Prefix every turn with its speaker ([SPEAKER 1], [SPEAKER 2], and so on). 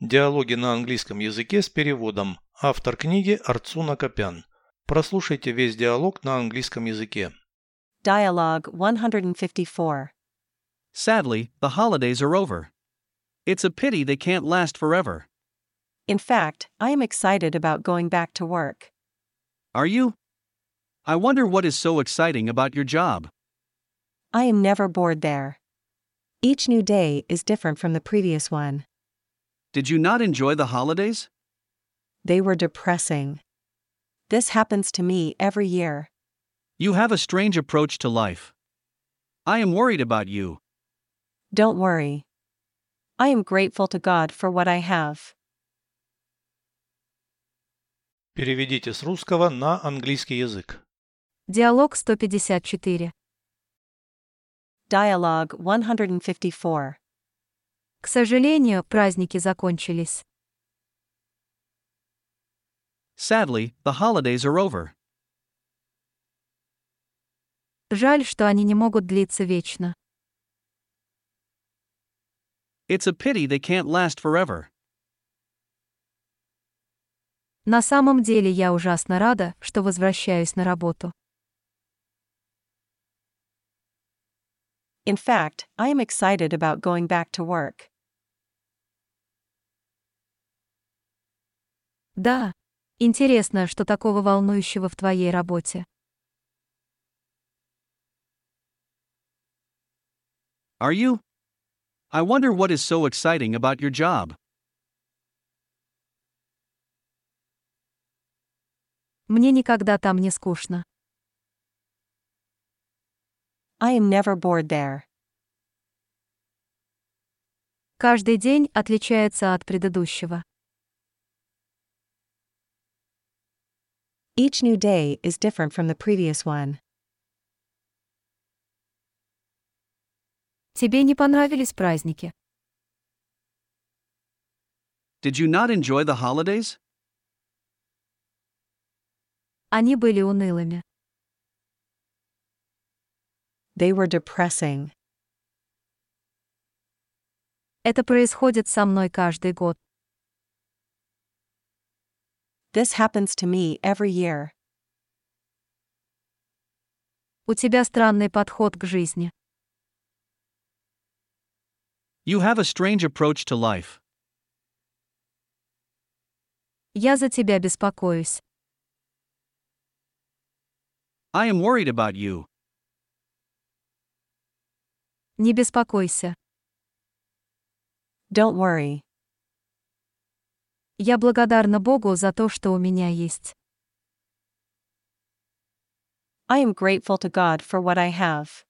[SPEAKER 1] Диалоги на английском языке с переводом. Автор книги Арцуна Копян. Прослушайте весь диалог на английском языке.
[SPEAKER 2] Dialogue 154.
[SPEAKER 3] Sadly, the holidays are over. It's a pity they can't last forever.
[SPEAKER 2] In fact, I am excited about going back to work.
[SPEAKER 3] Are you? I wonder what is so exciting about your job.
[SPEAKER 2] I am never bored there. Each new day is different from the previous one.
[SPEAKER 3] Did you not enjoy the holidays?
[SPEAKER 2] They were depressing. This happens to me every year.
[SPEAKER 3] You have a strange approach to life. I am worried about you.
[SPEAKER 2] Don't worry. I am grateful to God for what I have.
[SPEAKER 1] Переведите с русского на английский язык.
[SPEAKER 4] Диалог 154.
[SPEAKER 2] Dialogue 154.
[SPEAKER 4] К сожалению, праздники закончились.
[SPEAKER 3] Sadly, the holidays are over.
[SPEAKER 4] Жаль, что они не могут длиться вечно.
[SPEAKER 3] It's a pity they can't last forever.
[SPEAKER 4] На самом деле я ужасно рада, что возвращаюсь на работу.
[SPEAKER 2] In fact, I am excited about going back to work.
[SPEAKER 4] Да. Интересно, что такого волнующего в твоей работе.
[SPEAKER 3] Are you? I wonder what is so exciting about your job.
[SPEAKER 4] Мне никогда там не скучно.
[SPEAKER 2] I am never bored there.
[SPEAKER 4] Каждый день отличается от предыдущего.
[SPEAKER 2] Each new day is different from the previous one.
[SPEAKER 4] Тебе не понравились праздники?
[SPEAKER 3] Did you not enjoy the holidays?
[SPEAKER 4] Они были унылыми.
[SPEAKER 2] They were depressing.
[SPEAKER 4] Это происходит со мной каждый год.
[SPEAKER 2] This happens to me every year.
[SPEAKER 4] У тебя странный подход к жизни.
[SPEAKER 3] You have a strange approach to life.
[SPEAKER 4] Я за тебя беспокоюсь.
[SPEAKER 3] I am worried about you.
[SPEAKER 4] Не беспокойся.
[SPEAKER 2] Don't worry.
[SPEAKER 4] Я благодарна Богу за то, что у меня есть.
[SPEAKER 2] I am grateful to God for what I have.